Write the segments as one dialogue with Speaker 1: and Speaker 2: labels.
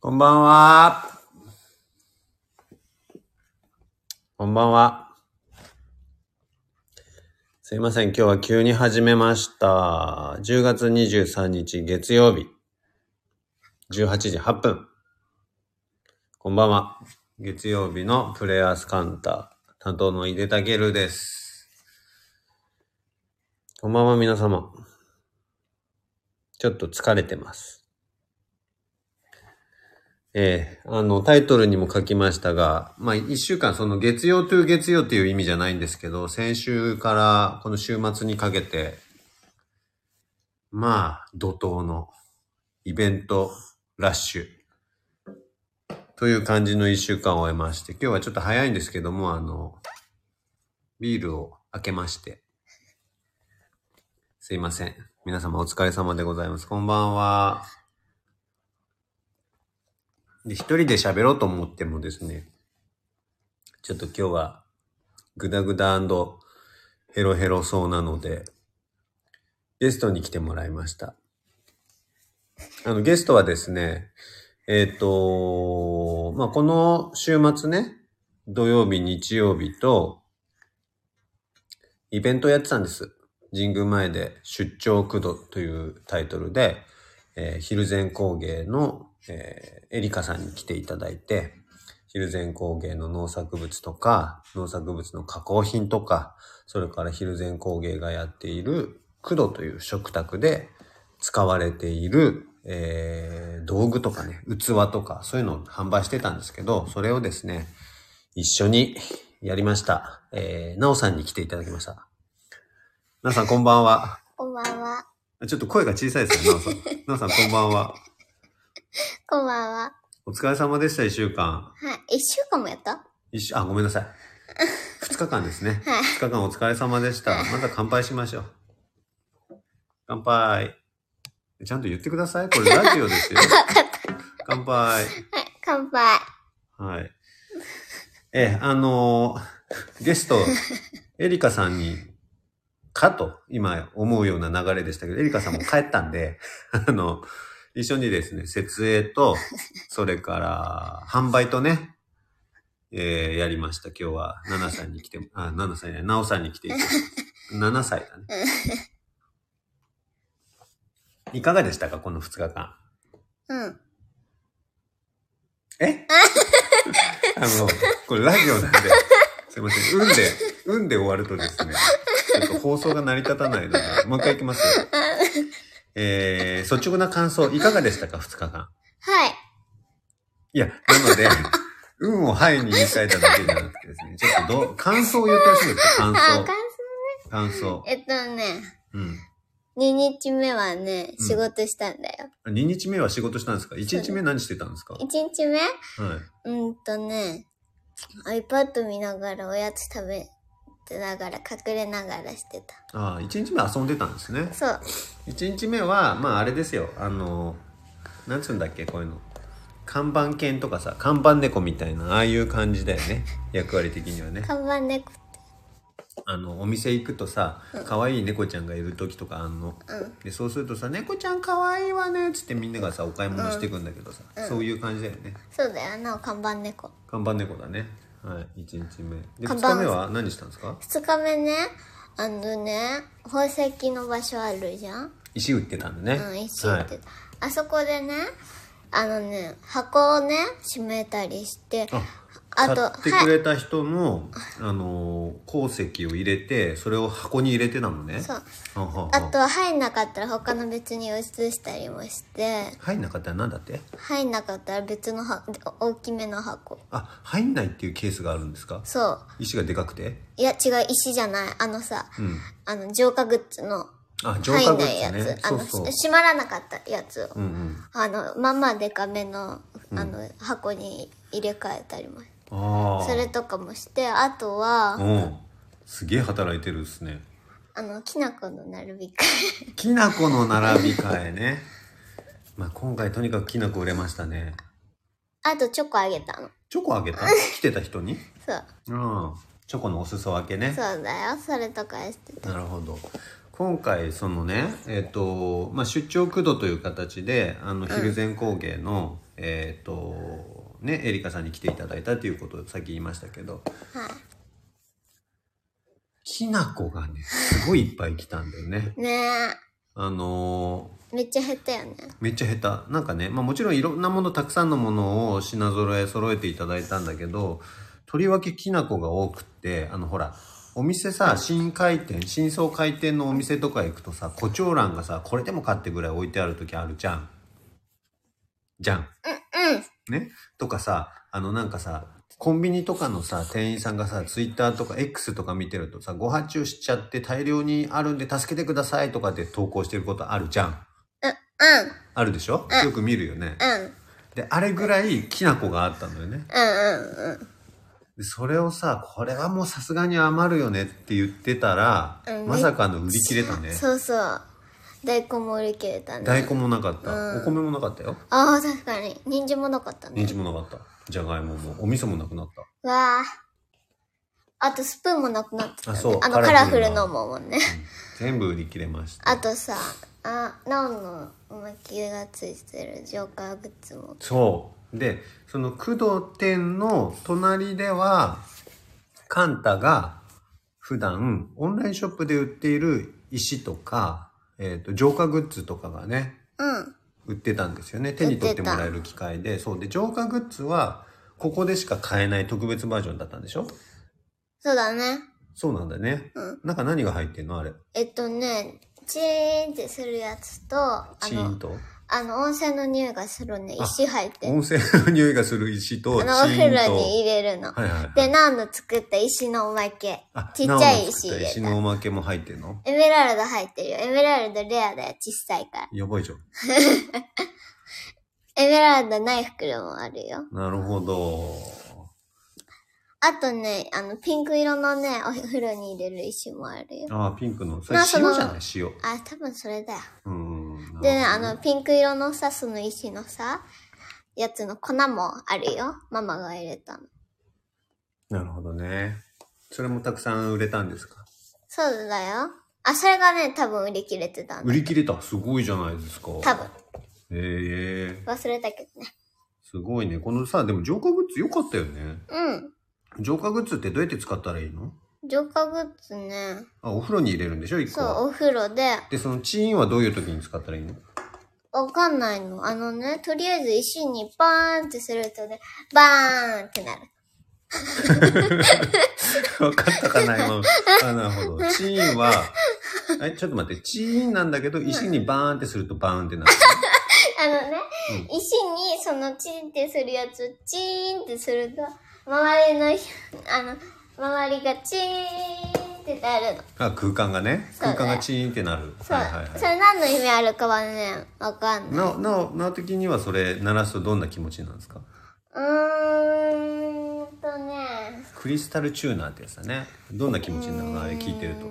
Speaker 1: こんばんは。こんばんは。すいません。今日は急に始めました。10月23日月曜日。18時8分。こんばんは。月曜日のプレイヤースカウンター。担当の井出たけるです。こんばんは、皆様。ちょっと疲れてます。ええあの、タイトルにも書きましたが、まあ、一週間、その月曜という月曜という意味じゃないんですけど、先週からこの週末にかけて、まあ、怒涛のイベント、ラッシュ、という感じの一週間を終えまして、今日はちょっと早いんですけども、あの、ビールを開けまして、すいません。皆様お疲れ様でございます。こんばんは。で、一人で喋ろうと思ってもですね、ちょっと今日は、グダグダヘロヘロそうなので、ゲストに来てもらいました。あの、ゲストはですね、えっ、と、まあ、この週末ね、土曜日、日曜日と、イベントをやってたんです。神宮前で出張駆動というタイトルで、えー、蒜山工芸の、えー、エリカさんに来ていただいて、蒜山工芸の農作物とか、農作物の加工品とか、それから蒜山工芸がやっている、クドという食卓で使われている、えー道具とかね、器とか、そういうのを販売してたんですけど、それをですね、一緒にやりました。えー、なおさんに来ていただきました。なおさんこんばんは。
Speaker 2: こんばんは。
Speaker 1: ちょっと声が小さいですね、なおさん。なおさん、こんばんは。
Speaker 2: こんばんは。
Speaker 1: お疲れ様でした、一週間。
Speaker 2: はい。一週間もやった
Speaker 1: 一週、あ、ごめん なさい。二日間ですね。
Speaker 2: はい。
Speaker 1: 二日間お疲れ様でした。また乾杯しましょう。乾杯。ちゃんと言ってください。これラジオです よ。乾杯。
Speaker 2: はい。乾杯。
Speaker 1: はい。ええ、あのーゲスト、エリカさんに、かと、今思うような流れでしたけど、エリカさんも帰ったんで、 あの、一緒にですね、設営と、それから、販売とね、えーやりました。今日は、ナナさんに来て、あ、ナナさんじゃない、ナオさんに来ていただいて、7歳だね。いかがでしたか、この2日間。
Speaker 2: うん。
Speaker 1: えあの、これラジオなんで、 すいません。運で、運で終わるとですね、ちょっと放送が成り立たないので、もう一回いきますよ。えー、率直な感想、いかがでしたか、2日間。
Speaker 2: はい。
Speaker 1: いや、なので、運をはいに言い換えただけじゃなくてですね、ちょっとどう、感想を言ってほしいんですよ、感
Speaker 2: あ、感
Speaker 1: 想
Speaker 2: 想。。
Speaker 1: 感想。
Speaker 2: えっとね、
Speaker 1: うん。
Speaker 2: 2日目はね、
Speaker 1: うん
Speaker 2: 仕事したんだよ。
Speaker 1: 2日目は仕事したんですか ?1 日目何してたんですかは
Speaker 2: 1日目
Speaker 1: い。
Speaker 2: うんとね、iPad 見ながらおやつ食べてながら、隠れながらしてた。
Speaker 1: ああ、1日目遊んでたんですね。
Speaker 2: そう。
Speaker 1: 1日目はまああれですよあのなんつうんだっけこういうの看板犬とかさ看板猫みたいなああいう感じだよね役割的にはね
Speaker 2: 看板猫。
Speaker 1: あのお店行くとさ可愛い猫ちゃんがいる時とかあんの、でそうするとさ「猫ちゃん可愛いわね」っつってみんながさお買い物してくんだけどさ、そういう感じだよね
Speaker 2: そうだよな、看板猫。
Speaker 1: 看板猫だねはい1日目で
Speaker 2: 看
Speaker 1: 2
Speaker 2: 板
Speaker 1: 日目は何したんですか
Speaker 2: 2日目ね、あのね、宝石の場所あるじゃん
Speaker 1: 石売ってたんだね、
Speaker 2: うん、石って、あそこでねあのね箱をね閉めたりして
Speaker 1: はい、
Speaker 2: あ
Speaker 1: 買
Speaker 2: と
Speaker 1: ってくれた人の、あのー鉱石を入れてそれを箱に入れてたのね
Speaker 2: そう
Speaker 1: はんはんはん
Speaker 2: あと入んなかったら他の別に移したりもして
Speaker 1: 入んなかったら何だって
Speaker 2: 入んなかったら別のは大きめの箱
Speaker 1: あ入んないっていうケースがあるんですか
Speaker 2: そう
Speaker 1: 石がでかくて
Speaker 2: いや違う石じゃないあのさ、
Speaker 1: うん
Speaker 2: あの浄化グッズの
Speaker 1: あ浄
Speaker 2: 入
Speaker 1: 化
Speaker 2: ん
Speaker 1: グ
Speaker 2: ないや
Speaker 1: ッ
Speaker 2: つ、
Speaker 1: ズね
Speaker 2: あ
Speaker 1: そ
Speaker 2: の
Speaker 1: うそう
Speaker 2: 閉まらなかったやつを、
Speaker 1: うんうん
Speaker 2: あのまあまあでかめのあの、箱に入れ替えたりも
Speaker 1: ああ
Speaker 2: それとかもしてあとは、
Speaker 1: うんすげえ働いてるっすね
Speaker 2: あの、きなこのなるびか。
Speaker 1: きなこの並び替えね まあ今回とにかくきなこ売れましたね
Speaker 2: あとチョコあげたの。
Speaker 1: チョコあげた来てた人に
Speaker 2: そう。
Speaker 1: うんチョコのお裾分けね
Speaker 2: そうだよ。それとかしてた。
Speaker 1: なるほど今回そのねえっ、と、まあ、出張駆動という形であの蒜山工芸の、えっ、と、ね、エリカさんに来ていただいたということをさっき言いましたけど、きなこがね、すごいいっぱい来たんだよね。
Speaker 2: い。ね
Speaker 1: あの
Speaker 2: え。めっちゃ減ったよね。
Speaker 1: ーめっちゃ下手。なんかね、まあもちろんいろんなもの、たくさんのものを品揃え、揃えていただいたんだけど、とりわけきなこが多くって、あのほら、お店さ、新開店、新装開店のお店とか行くとさ、胡蝶蘭がさ、これでも買ってぐらい置いてある時あるじゃん。じゃん。ねとかさ、あのなんかさ、コンビニとかのさ、店員さんがさ、ツイッターとか X とか見てるとさ、ご発注しちゃって大量にあるんで助けてくださいとかって投稿してることあるじゃん。
Speaker 2: う
Speaker 1: あるでしょよく見るよね。
Speaker 2: ん。うん。
Speaker 1: で、あれぐらいきな粉があったんだよね。
Speaker 2: うん。うん。うん。
Speaker 1: でそれをさ、これはもうさすがに余るよねって言ってたら
Speaker 2: う、ん
Speaker 1: まさかの売り切れたね。
Speaker 2: そうそう。大根も売り切れたね。
Speaker 1: 大根もなかった。お米もなかったよ。
Speaker 2: ああ、確かに。人参もなかったね。
Speaker 1: 人参もなかった。じゃがいもも、お味噌もなくなった。
Speaker 2: わあ。あとスプーンもなくなってた、ね。
Speaker 1: あそう
Speaker 2: あのカ
Speaker 1: カ
Speaker 2: ラ
Speaker 1: ラ
Speaker 2: フ
Speaker 1: フ
Speaker 2: ル
Speaker 1: ルな
Speaker 2: のももね。
Speaker 1: 全部売り切れました。
Speaker 2: あとさ、あ、なおの巻きがついてるジョーカーグッズも。
Speaker 1: そう。で、その工藤店の隣では、カンタが普段オンラインショップで売っている石とか、えっ、と、浄化グッズとかがね、
Speaker 2: うん。
Speaker 1: 売ってたんですよね。手に取ってもらえる機会で。そう。で、浄化グッズは、ここでしか買えない特別バージョンだったんでしょ
Speaker 2: そうだね。
Speaker 1: そうなんだね。
Speaker 2: うん。
Speaker 1: なんか何が入ってんのあれ。
Speaker 2: えっとね、チーンってするやつと、あ
Speaker 1: チーン
Speaker 2: の、
Speaker 1: と。
Speaker 2: あの温泉の匂いがするね。
Speaker 1: あ
Speaker 2: 石入ってる。
Speaker 1: 温泉の匂いがする石と、
Speaker 2: あ
Speaker 1: チ
Speaker 2: の、お風
Speaker 1: ーン
Speaker 2: 呂
Speaker 1: と。
Speaker 2: に入れるの。
Speaker 1: はいはい、はい。
Speaker 2: で、なおの作った石のおまけ
Speaker 1: あ。
Speaker 2: ちっちゃい石
Speaker 1: ナオの作った
Speaker 2: 入
Speaker 1: 石
Speaker 2: れた。
Speaker 1: のおまけも入ってんの
Speaker 2: エメラルド入ってるよ。エメラルドレアだよ。小さいから。
Speaker 1: やばいじゃん。
Speaker 2: エメラルドない袋もあるよ。
Speaker 1: なるほど。
Speaker 2: あとね、あの、ピンク色のね、お風呂に入れる石もあるよ。
Speaker 1: ああ、ピンクの。それ
Speaker 2: まあその
Speaker 1: 塩じゃない塩。
Speaker 2: あ、多分それだよ。
Speaker 1: うん。
Speaker 2: でね、
Speaker 1: な
Speaker 2: あ
Speaker 1: るほど
Speaker 2: の、ピンク色のさ、その石のさ、やつの粉もあるよ。ママが入れたの。
Speaker 1: なるほどね。それもたくさん売れたんですか
Speaker 2: そうだよ。あ、それがね、多分売り切れてた
Speaker 1: 売
Speaker 2: の。
Speaker 1: り切れた。すごいじゃないですか。
Speaker 2: 多分。
Speaker 1: へえ。
Speaker 2: 忘れたけどね。
Speaker 1: すごいね。このさ、でも浄化グッズ良かったよね。浄化グッズってどうやって使ったらいいの
Speaker 2: うん。浄化グッズね。
Speaker 1: あ、お風呂に入れるんでしょ一個
Speaker 2: そ
Speaker 1: は
Speaker 2: う、お風呂で、
Speaker 1: で、そのチーンはどういう時に使ったら いいの
Speaker 2: わかんないの。あのね、とりあえず石にバーンってするとね、バーンってなる。
Speaker 1: 分かったかな今。あ、なるほど。チーンは、え、ちょっと待って。チーンなんだけど、石にバーンってするとバーンってなる。
Speaker 2: あのね、石にそのチンってするやつをチーンってすると、周りのひ、 あの、周りがチーンってなるの。
Speaker 1: あ空間がね
Speaker 2: そう
Speaker 1: 空
Speaker 2: ね
Speaker 1: 間がチーンってなる、
Speaker 2: そう。
Speaker 1: はいはい
Speaker 2: そ
Speaker 1: は
Speaker 2: れ何の意味あるかはね、わかん
Speaker 1: い
Speaker 2: ない。
Speaker 1: なおなおなお的にはそれ鳴らすとどんな気持ちなんですか
Speaker 2: うーんとね、
Speaker 1: クリスタルチューナーってやつだねどんな気持ちになるのあれ聞いてると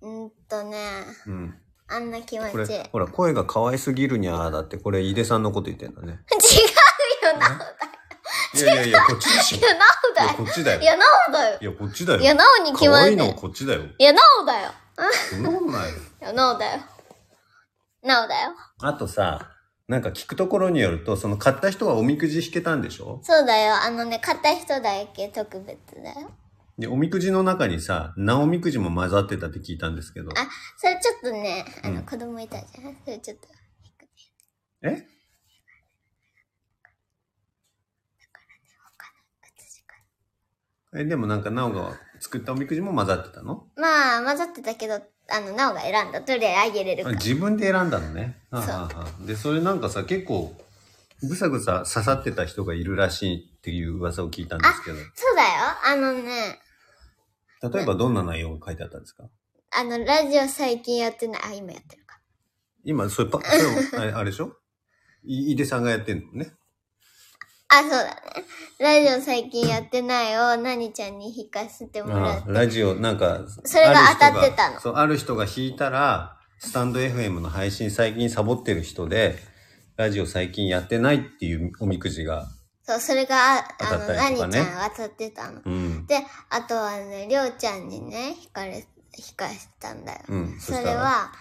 Speaker 2: うーんとね、
Speaker 1: うん
Speaker 2: あんな気持
Speaker 1: これ
Speaker 2: ちいい。違うよ
Speaker 1: ほら声が可愛すぎるにゃーだってこれ井出さんのこと言ってんだね
Speaker 2: な、な
Speaker 1: や
Speaker 2: い
Speaker 1: いや いやこっちでしょい
Speaker 2: おだ
Speaker 1: や
Speaker 2: よ。
Speaker 1: こっちだよ
Speaker 2: いや、なおだよ
Speaker 1: い。やこっちだよ
Speaker 2: いや、なおに決
Speaker 1: 可
Speaker 2: まっ
Speaker 1: 愛
Speaker 2: て
Speaker 1: いのは
Speaker 2: る。
Speaker 1: こっちだよ
Speaker 2: いや、なおだよ。
Speaker 1: そんなことないよ
Speaker 2: いや、なおだよ。なおだよ。
Speaker 1: あとさなんか聞くところによるとその買った人はおみくじ引けたんでしょ
Speaker 2: そうだよ。あのね、買った人だけ特別だよ。
Speaker 1: でおみくじの中にさなおみくじも混ざってたって聞いたんですけど
Speaker 2: あ、それちょっとね、あ
Speaker 1: う
Speaker 2: の、
Speaker 1: ん
Speaker 2: 子供いたじゃん。それちょっと。
Speaker 1: ええ、でもなんか、なおが作ったおみくじも混ざってたの
Speaker 2: まあ、混ざってたけど、あの、なおが選んだ。どれあげれる
Speaker 1: あ
Speaker 2: か。
Speaker 1: 自分で選んだのね。はあ
Speaker 2: そう
Speaker 1: はあはあで、それなんかさ、結構、ぐさぐさ刺さってた人がいるらしいっていう噂を聞いたんですけど、
Speaker 2: そうだよ。あのね、
Speaker 1: 例えばどんな内容が書いてあったんですか
Speaker 2: あの、ラジオ最近やってない。あ、今やってるか。
Speaker 1: 今、それパ、それも あれあれでしょい井出さんがやってんのね。
Speaker 2: あ、そうだね。ラジオ最近やってないを、何ちゃんに引かせてもら
Speaker 1: ああ
Speaker 2: って。
Speaker 1: ラジオ、なんか、
Speaker 2: それが当た
Speaker 1: ある人
Speaker 2: ってたの
Speaker 1: そう、ある人が弾いたら、スタンド FM の配信最近サボってる人で、ラジオ最近やってないっていうおみくじが。
Speaker 2: そう、それが、あ
Speaker 1: 当
Speaker 2: あ
Speaker 1: た
Speaker 2: の、
Speaker 1: ったり
Speaker 2: 何
Speaker 1: と
Speaker 2: ちゃ
Speaker 1: か
Speaker 2: ん
Speaker 1: ね
Speaker 2: が当たってたの。
Speaker 1: うん。
Speaker 2: で、あとはね、りょうちゃんにね、惹かれ、惹かしたんだよ。
Speaker 1: うん。
Speaker 2: それ
Speaker 1: したら、
Speaker 2: は、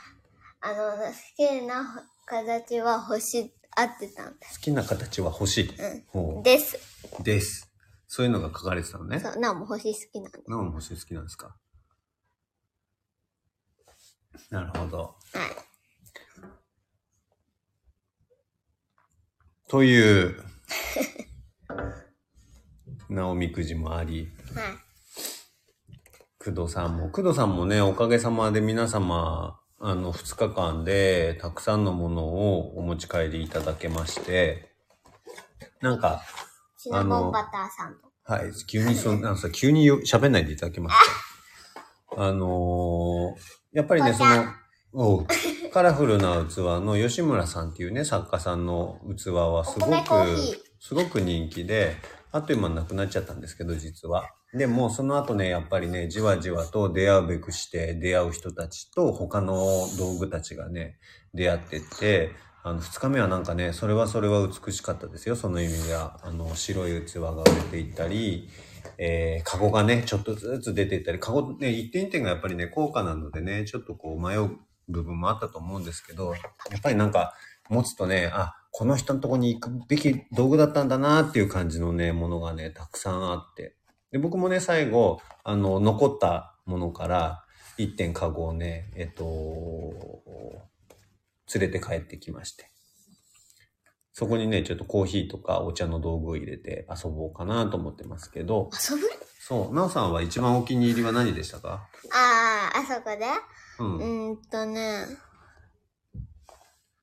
Speaker 2: あの、好きな形は星合ってたんだ。
Speaker 1: 好きな形は星。ほ
Speaker 2: です。
Speaker 1: うです。そういうのが書かれてたのね。
Speaker 2: そう、なおも星好きなんだ。
Speaker 1: なおの星好きなんですかなるほど。
Speaker 2: はい。
Speaker 1: と いう、なおみくじもあり、
Speaker 2: はい。
Speaker 1: 工藤さんも、工藤さんもね、おかげさまで皆様、あの、2日間で、たくさんのものをお持ち帰りいただけまして、なんか、
Speaker 2: シナモンバターさんと。
Speaker 1: はい、急にそんなさ、急によ喋んないでいただけますか。あのー、やっぱりね、
Speaker 2: こ
Speaker 1: そ
Speaker 2: ちら
Speaker 1: の、おうカラフルな器の吉村さんっていうね、作家さんの器はすご
Speaker 2: お米コーヒー
Speaker 1: く、すごく人気で、あっという間になくなっちゃったんですけど、実は。でも、その後ね、やっぱりね、じわじわと出会うべくして、出会う人たちと他の道具たちがね、出会ってって、あの、二日目はなんかね、それはそれは美しかったですよ、その意味が。あの、白い器が売れていったり、えー、カゴがね、ちょっとずつ出ていったり、カゴね、一点一点がやっぱりね、高価なのでね、ちょっとこう迷う部分もあったと思うんですけど、やっぱりなんか、持つとね、あ、この人のとこに行くべき道具だったんだなっていう感じのね、ものがね、たくさんあって。で、僕もね、最後、あの、残ったものから、一点カゴをね、えっと、連れて帰ってきまして。そこにね、ちょっとコーヒーとかお茶の道具を入れて遊ぼうかなと思ってますけど、
Speaker 2: 遊ぶ
Speaker 1: そう、なおさんは一番お気に入りは何でしたか
Speaker 2: ああ、あそこで
Speaker 1: うん。
Speaker 2: うーんとね。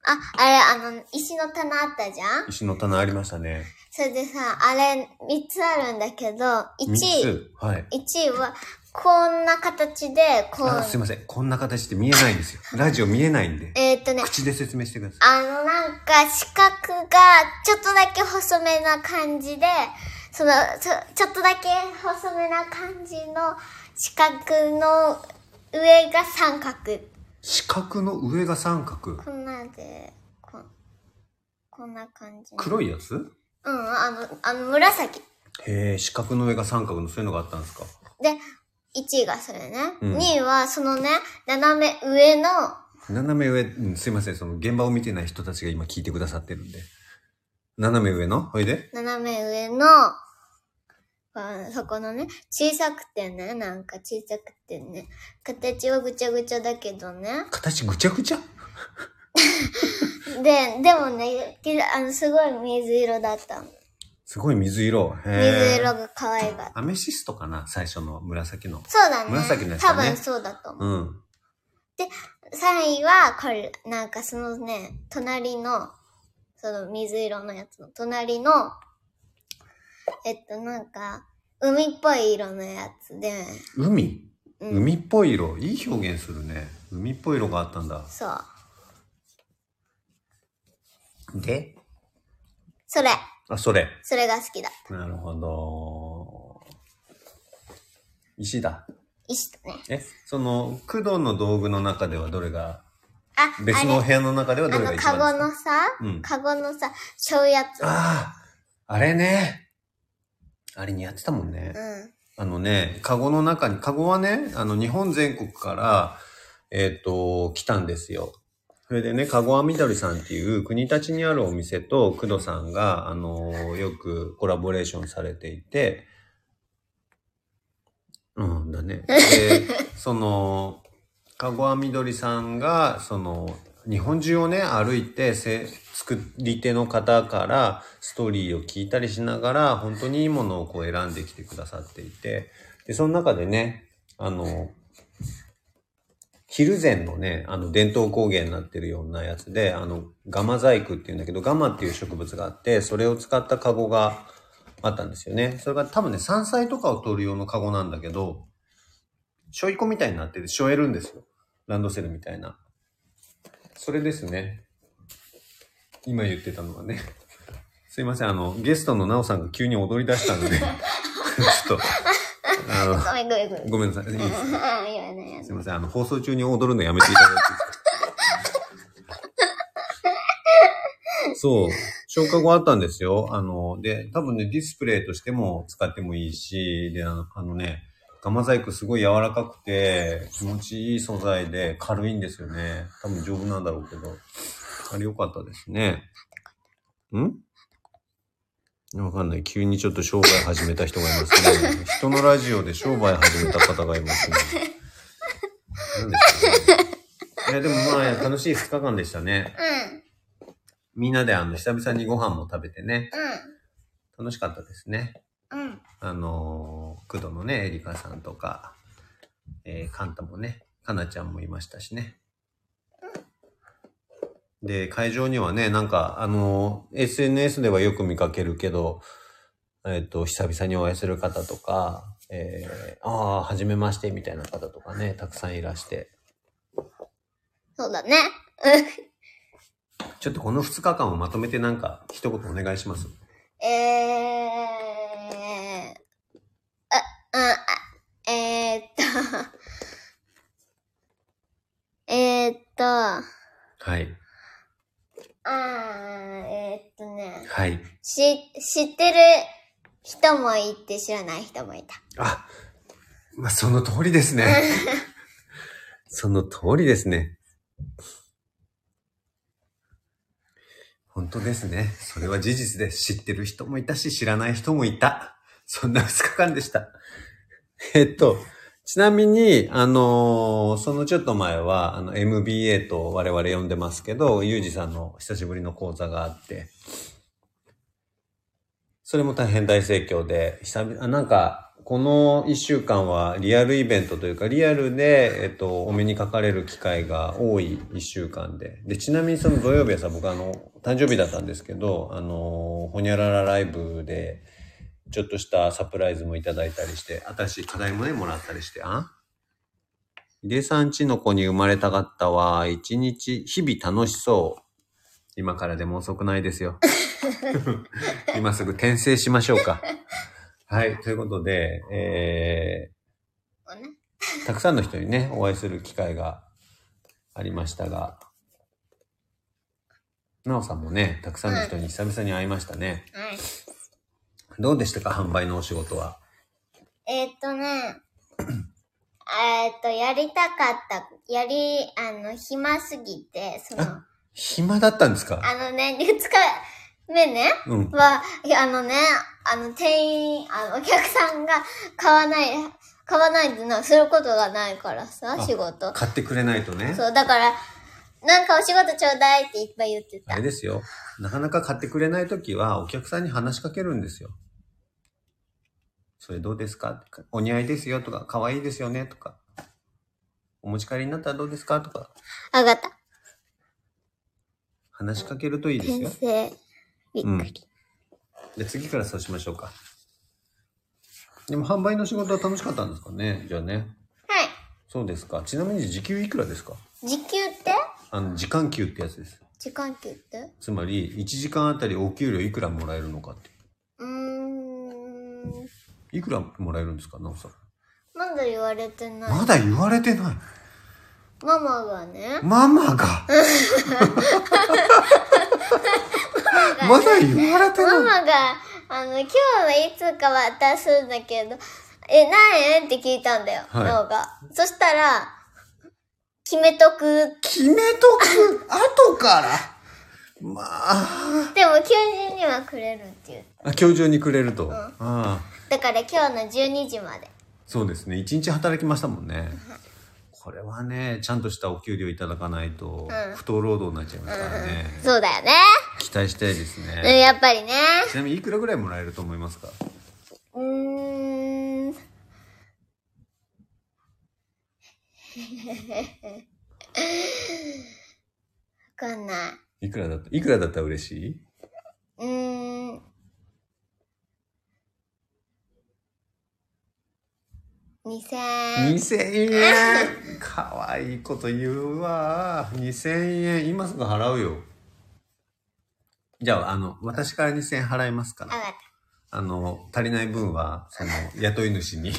Speaker 2: あ、あれ、あの、石の棚あったじゃん
Speaker 1: 石の棚ありましたね。
Speaker 2: それでさ、あれ、3つあるんだけど、1
Speaker 1: 三
Speaker 2: 位、
Speaker 1: つ。はい。
Speaker 2: 1位は、こんな形で、こ、
Speaker 1: あすいうません。こんな形で見えないんですよ。ラジオ見えないんで。
Speaker 2: えーっとね、
Speaker 1: 口で説明してください。
Speaker 2: あの、なんか、四角が、ちょっとだけ細めな感じで、その、ちょ、ちょっとだけ細めな感じの四角の上が三角。
Speaker 1: 四角の上が三角。
Speaker 2: こんなんで、こん、こんな感じ。
Speaker 1: 黒いやつ
Speaker 2: うん、あの、あの、紫。
Speaker 1: へえ、四角の上が三角のそういうのがあったんですか。
Speaker 2: で、1位がそれね。
Speaker 1: うん
Speaker 2: 2位は、そのね、斜め上の、
Speaker 1: 斜め上、うんすいません。その現場を見てない人たちが今聞いてくださってるんで。斜め上のほいで
Speaker 2: 斜め上の、あそこのね、小さくてね、なんか小さくてね、形はぐちゃぐちゃだけどね。
Speaker 1: 形ぐちゃぐちゃ
Speaker 2: で、でもね、けどあの、すごい水色だったの。
Speaker 1: すごい水色。
Speaker 2: 水
Speaker 1: へえ。
Speaker 2: 色が可愛かった。
Speaker 1: アメシストかな最初の紫の。
Speaker 2: そうだね。
Speaker 1: 紫のやつ
Speaker 2: 多
Speaker 1: だね
Speaker 2: 分そうだと思う。
Speaker 1: うん。
Speaker 2: 3位は、これ、なんかそのね、隣の、その水色のやつの隣の、えっと、なんか、海っぽい色のやつで、
Speaker 1: 海
Speaker 2: うん、
Speaker 1: 海っぽい色。いい表現するね。海っぽい色があったんだ。
Speaker 2: そう。
Speaker 1: で
Speaker 2: それ、
Speaker 1: あ、それ。
Speaker 2: それが好きだ。
Speaker 1: なるほど。石だ。
Speaker 2: 石とね。
Speaker 1: え、その、工藤の道具の中ではどれが、
Speaker 2: あ、
Speaker 1: 別のお部屋の中では
Speaker 2: あ
Speaker 1: どれ
Speaker 2: れ、あ
Speaker 1: が
Speaker 2: の、
Speaker 1: 一
Speaker 2: カ
Speaker 1: 番
Speaker 2: ゴ
Speaker 1: ですか
Speaker 2: のさ、
Speaker 1: うん
Speaker 2: カゴのさ、しょうやつ。
Speaker 1: ああ、あれね。あれ似合ってたもんね
Speaker 2: う。ん。
Speaker 1: あのね、カゴの中に、カゴはね、あの、日本全国から、えっ、と、来たんですよ。それでね、かごわみどりさんっていう国立にあるお店と、工藤さんが、あのよくコラボレーションされていて、うんだね。で、その、かごわみどりさんが、その、日本中をね、歩いて、せ作り手の方からストーリーを聞いたりしながら、本当にいいものをこう選んできてくださっていて、で、その中でね、あの、ヒルゼンのね、あの、伝統工芸になってるようなやつで、あの、ガマ細工っていうんだけど、ガマっていう植物があって、それを使ったカゴがあったんですよね。それが多分ね、山菜とかを取る用のカゴなんだけど、しょいこみたいになってて、しょえるんですよ。ランドセルみたいな。それですね。今言ってたのはね。すいません、あの、ゲストのなおさんが急に踊り出したので、ちょっと、あの、
Speaker 2: ごめんごめんごめん。
Speaker 1: ごめんなさい。いいです
Speaker 2: ああ、言わないや
Speaker 1: すいません、あの、放送中に踊るのやめていただいていいですか。 そう。消化後あったんですよ。あの、で、多分ね、ディスプレイとしても使ってもいいし、で、あのあのね、ガマ細工すごい柔らかくて、気持ちいい素材で軽いんですよね。多分丈夫なんだろうけど。あれ良かったですね。んわかんない。急にちょっと商売始めた人がいますね。人のラジオで商売始めた方がいますね。なんですかねいや、でもまあ、楽しい2日間でしたね。
Speaker 2: うん。
Speaker 1: みんなであの、久々にご飯も食べてね、楽しかったですね。
Speaker 2: うん。うん。
Speaker 1: あのー、工藤のね、エリカさんとか、えー、カンタもね、かなちゃんもいましたしね。で、会場にはね、なんか、あのー SNS ではよく見かけるけど、えっ、と、久々にお会いする方とか、えー、ああ、はじめまして、みたいな方とかね、たくさんいらして。
Speaker 2: そうだね。
Speaker 1: ちょっとこの2日間をまとめてなんか、一言お願いします。
Speaker 2: えー、あ、あ、あえー、っと、えー、っと、あ
Speaker 1: はい。
Speaker 2: ー、えー、っとね、
Speaker 1: はい。
Speaker 2: し、知ってる人もいて知らない人もいた。
Speaker 1: あ、まあ、その通りですね。その通りですね。本当ですね。それは事実です。知ってる人もいたし、知らない人もいた。そんな2日間でした。えっと、ちなみに、あのーそのちょっと前は、あの、MBA と我々呼んでますけど、ゆうじさんの久しぶりの講座があって、それも大変大盛況で、久々、あなんか、この一週間はリアルイベントというか、リアルで、えっと、お目にかかれる機会が多い一週間で。で、ちなみにその土曜日はさ、僕あの、誕生日だったんですけど、あの、ほにゃららライブで、ちょっとしたサプライズもいただいたりして、新しい課題もね、もらったりして、あヒデさんちの子に生まれたかったわ。一日、日々楽しそう。今からでも遅くないですよ。今すぐ転生しましょうか。はい、ということで、え
Speaker 2: もうね
Speaker 1: ー、たくさんの人にね、お会いする機会がありましたが、なおさんもね、たくさんの人に久々に会いましたね。
Speaker 2: はい。
Speaker 1: どうでしたか、販売のお仕事は。
Speaker 2: えーっとね、えーっと、やりたかった、やり、あの、暇すぎて、その、
Speaker 1: あ暇だったんですか
Speaker 2: あのね、2日目ね、
Speaker 1: うん。
Speaker 2: はいやあのね、あの、店員、あの、お客さんが買わない、買わないでな、することがないからさ、
Speaker 1: あ
Speaker 2: 仕事。
Speaker 1: 買ってくれないとね。
Speaker 2: そう、だから、なんかお仕事ちょうだいっていっぱい言って
Speaker 1: あ
Speaker 2: た。
Speaker 1: れですよ。なかなか買ってくれないときは、お客さんに話しかけるんですよ。それどうですかお似合いですよとか、可愛いですよねとか、お持ち帰りになったらどうですかとか、
Speaker 2: あ、わかった。
Speaker 1: 話しかけるといいです
Speaker 2: 転
Speaker 1: よ。
Speaker 2: 生。びっくり。
Speaker 1: で、次からそうしましょうか。でも、販売の仕事は楽しかったんですかねじゃあね。
Speaker 2: はい。
Speaker 1: そうですか。ちなみに時給いくらですか
Speaker 2: 時給って
Speaker 1: あの、時間給ってやつです。
Speaker 2: 時間給って
Speaker 1: つまり、1時間あたりお給料いくらもらえるのかって。
Speaker 2: うーん。
Speaker 1: いくらもらえるんですかなおさん。
Speaker 2: まだ言われてない。
Speaker 1: まだ言われてない。
Speaker 2: ママがね。
Speaker 1: ママが。まだ言われて
Speaker 2: マ
Speaker 1: ない。
Speaker 2: マが、あの、今日はいつか渡すんだけど、え、何円って聞いたんだよ、
Speaker 1: はい
Speaker 2: 脳が。そしたら、決めとく。
Speaker 1: 決めとく、後から。まあ。
Speaker 2: でも、今日中にはくれるっていう。
Speaker 1: あ今日中にくれると。ああ。
Speaker 2: だから今日の12時まで。
Speaker 1: そうですね。一日働きましたもんね。これはね、ちゃんとしたお給料いただかないと
Speaker 2: うん、
Speaker 1: 不当労働になっちゃいますからね。
Speaker 2: そうだよね。
Speaker 1: 期待したいです
Speaker 2: うん、
Speaker 1: ね。
Speaker 2: やっぱりね。
Speaker 1: ちなみにいくらぐらいもらえると思いますか
Speaker 2: うーん。わかんない。
Speaker 1: いくらだったいくらだったら嬉しいう
Speaker 2: ーん。2000
Speaker 1: ?2000 円かわいいこと言うわ。2000円、今すぐ払うよ。じゃあ、あの、私から2000円払いますか
Speaker 2: あ
Speaker 1: ら。
Speaker 2: わかっ
Speaker 1: あの、足りない分は、その、雇い主にご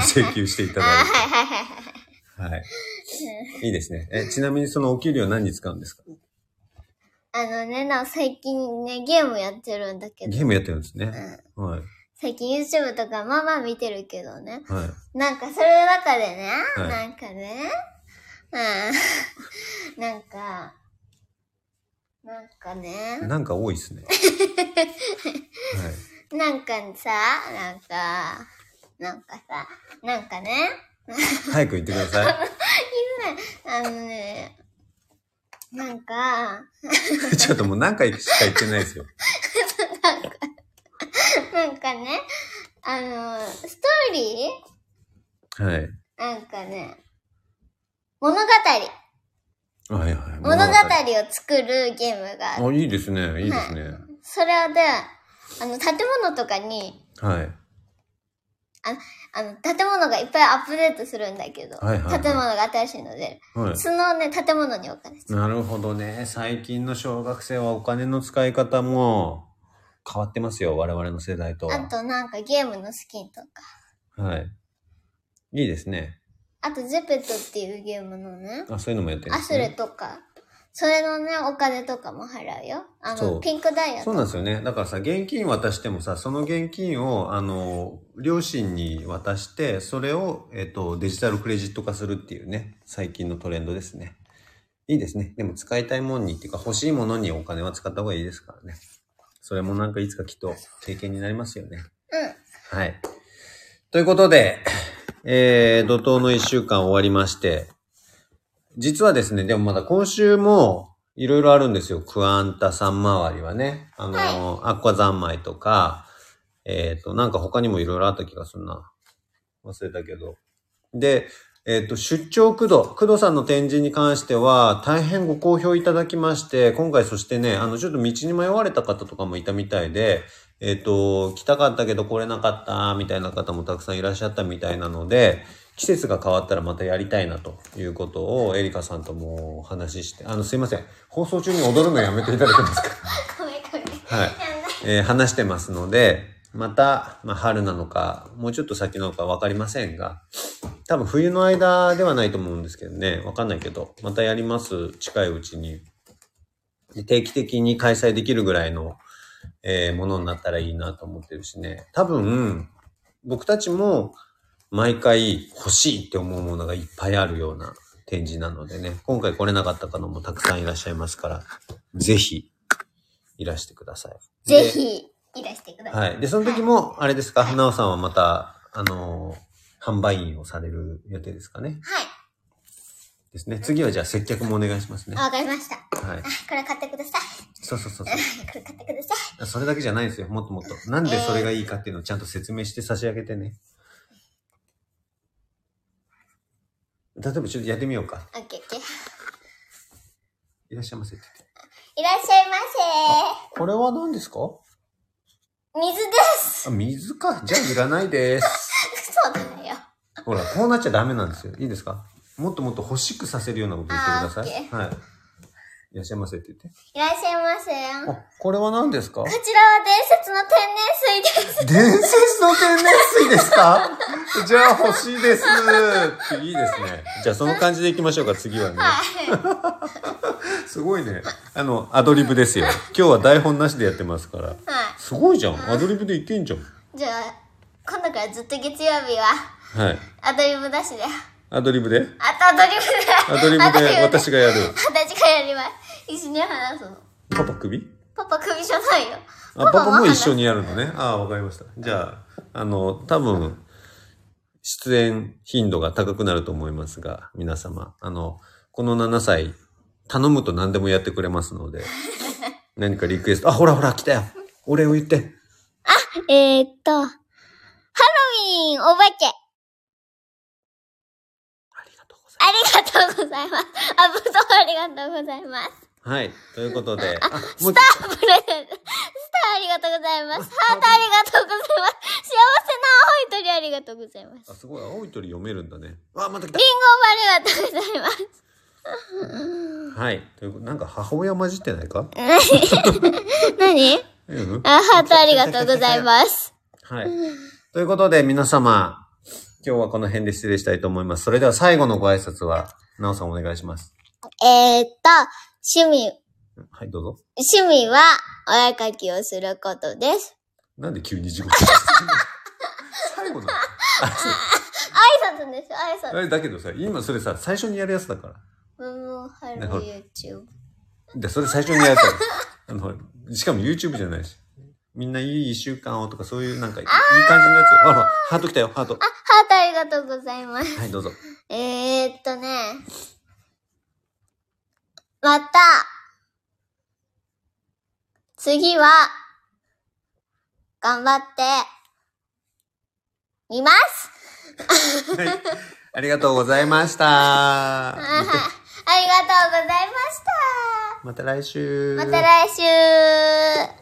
Speaker 1: 請求していた
Speaker 2: た。あ、
Speaker 1: だい
Speaker 2: はいはいはいはい。
Speaker 1: て。はい。いいですね。え、ちなみにそのお給料何に使うんですか
Speaker 2: あのね、なお最近ね、ゲームやってるんだけど
Speaker 1: ゲ、ームやってるんですね。はい。
Speaker 2: 最近 YouTube とかまあまあ見てるけどね。
Speaker 1: はい。
Speaker 2: なんかそれの中でね、
Speaker 1: はい
Speaker 2: なんかね、うん、なんか、なんかね、
Speaker 1: なんか多いですね。はい。
Speaker 2: なんかさ、なんか、なんかさ、なんかね、
Speaker 1: 早く言ってくださ
Speaker 2: あのね、なんか、
Speaker 1: い。ちょっともう何回しか言ってないですよ。
Speaker 2: なんかね、あの、ストーリ
Speaker 1: はい。
Speaker 2: ーなんかね、物語。
Speaker 1: はいはい。
Speaker 2: 物語を作るゲームがあって
Speaker 1: あ、いいですね。いいですね。
Speaker 2: それで、あの、建物とかに、
Speaker 1: はい。
Speaker 2: あの、建物がいっぱいアップデートするんだけど、
Speaker 1: はいはいはい
Speaker 2: 建物が新しいので、
Speaker 1: はい。
Speaker 2: そのね、建物にお金です。
Speaker 1: なるほどね。最近の小学生はお金の使い方も変わってますよ。我々の世代とは。
Speaker 2: あとなんかゲームのスキンとか、
Speaker 1: はい。いいですね。
Speaker 2: あとゼペットっていうゲームのね、
Speaker 1: あ、そういうのもやってるん
Speaker 2: ア
Speaker 1: です
Speaker 2: スレ
Speaker 1: ね。
Speaker 2: とか、それのね、お金とかも払うよ。あ
Speaker 1: そ
Speaker 2: の、
Speaker 1: う
Speaker 2: ピンクダイヤ
Speaker 1: そ
Speaker 2: と
Speaker 1: うなんですよね。だからさ、現金渡してもさ、その現金を、あの、両親に渡して、それを、えっと、デジタルクレジット化するっていうね、最近のトレンドですね。いいですね。でも使いたいもんにっていうか、欲しいものにお金は使った方がいいですからね。それもなんかいつかきっと経験になりますよね。
Speaker 2: うん。
Speaker 1: はい。ということで、えー、怒涛の一週間終わりまして、実はですね、でもまだ今週もいろいろあるんですよ。クアンタ三回りはね。あのー、アッコア三昧とか、えっ、と、なんか他にもいろいろあった気がするな。忘れたけど。で、えっ、と、出張工藤、工藤さんの展示に関しては、大変ご好評いただきまして、今回そしてね、あの、ちょっと道に迷われた方とかもいたみたいで、えっ、と、来たかったけど来れなかった、みたいな方もたくさんいらっしゃったみたいなので、季節が変わったらまたやりたいなということをエリカさんともお話しして、あの、すいません。放送中に踊るのやめていただけますか
Speaker 2: ごめんごめん。
Speaker 1: はい。えー話してますので、また、まあ、春なのか、もうちょっと先なのかわかりませんが、多分冬の間ではないと思うんですけどね、わかんないけど、またやります、近いうちに。で定期的に開催できるぐらいの、えーものになったらいいなと思ってるしね、多分、僕たちも毎回欲しいって思うものがいっぱいあるような展示なのでね、今回来れなかった方もたくさんいらっしゃいますから、ぜひ、いらしてください。
Speaker 2: ぜひ、いらしてください。
Speaker 1: はい。で、その時も、あれですか、なおさんはまた、あのー販売員をされる予定ですかね。
Speaker 2: は
Speaker 1: ですね。次はじゃあ接客もお願いしますね。
Speaker 2: い。
Speaker 1: は
Speaker 2: わかりました。
Speaker 1: い
Speaker 2: あ。これ買ってください。
Speaker 1: そうそうそうそ
Speaker 2: これ買ってください。
Speaker 1: う。それだけじゃないんですよ。もっともっと。なんでそれがいいかっていうのをちゃんと説明して差し上げてね。例えばちょっとやってみようか。
Speaker 2: オッケーオッケー。
Speaker 1: いらっしゃいませって言って
Speaker 2: いらっしゃいま
Speaker 1: これは何ですか
Speaker 2: せ水です。
Speaker 1: あ、水か。じゃあいらないです。
Speaker 2: そうだよ。
Speaker 1: ほら、こうなっちゃダメなんですよ。いいですかもっともっと欲しくさせるようなこと言ってくださ
Speaker 2: あオッ
Speaker 1: い。はい。いらっしゃいませって言って。
Speaker 2: いらっしゃいませ。こ
Speaker 1: あ、これは何ですか
Speaker 2: ちらは伝説の天然水です。
Speaker 1: 伝説の天然水ですか じゃあ欲しいです。いいですね。じゃあその感じでいきましょうか、次はね。
Speaker 2: は
Speaker 1: すごいね。あの、アドリブですよ。今日は台本なしでやってますから。
Speaker 2: い。は
Speaker 1: すごいじゃん。アドリブでいけんじゃん。
Speaker 2: い。じゃあ、今度からずっと月曜日は、
Speaker 1: はい。
Speaker 2: アドリブなしで。
Speaker 1: アドリブで
Speaker 2: あとアドリブで。
Speaker 1: アドリ ブで私がやる。
Speaker 2: 私がやります。一緒に話すの。
Speaker 1: パパ首
Speaker 2: パパ首じゃないよ。
Speaker 1: あ、パパも一緒
Speaker 2: に。
Speaker 1: にやるのね。ああ、わかりました。じゃあ、あの、多分、出演頻度が高くなると思いますが、皆様、あの、この7歳、頼むと何でもやってくれますの で、何かリクエスト、あ、ほらほら、来たよ。お礼を言って。
Speaker 2: えー、っと、ハロウィンおばけ。
Speaker 1: ありがとうござい
Speaker 2: ありがとうございます。あ、ぶどうありがとうございます。
Speaker 1: ます。はい、ということで、あ、もう
Speaker 2: ス、タープレゼント。スターありがとうございます。ハートありがとうございます。幸せな青い鳥ありがとうございます。
Speaker 1: あ、すごい、青い鳥読めるんだね。わあ、また来た
Speaker 2: リ。ンゴもありがとうございます。
Speaker 1: はい、ということなんか母親混じってないか
Speaker 2: 何
Speaker 1: うん。
Speaker 2: あ、ハートありがとうござ います。
Speaker 1: はい。ということで、皆様、今日はこの辺で失礼したいと思います。それでは最後のご挨拶は、なおさんお願いします。
Speaker 2: えー、っと、趣味、
Speaker 1: はい、どうぞ。
Speaker 2: 趣味は、お絵かきをすることです。
Speaker 1: なんで急に自己紹介するの 最後の。あそう
Speaker 2: 挨拶です、挨拶
Speaker 1: あ。れだけどさ、今それさ、最初にやるやつだから。
Speaker 2: ブンブンハロ
Speaker 1: なるほど
Speaker 2: YouTube。
Speaker 1: で、それ最初にやったの あのほら。しかも YouTube じゃないし。みんないい一週間をとかそういうなんかいい感じのやつ。あら、ハート来たよ、ハート。
Speaker 2: あ、ハートありがとうございます。
Speaker 1: はい、どうぞ。
Speaker 2: えー、っとね、また、次は、頑張って、見 ます
Speaker 1: はい。ありがとうございました。
Speaker 2: あはいありがとうございました。
Speaker 1: また来週。
Speaker 2: また来週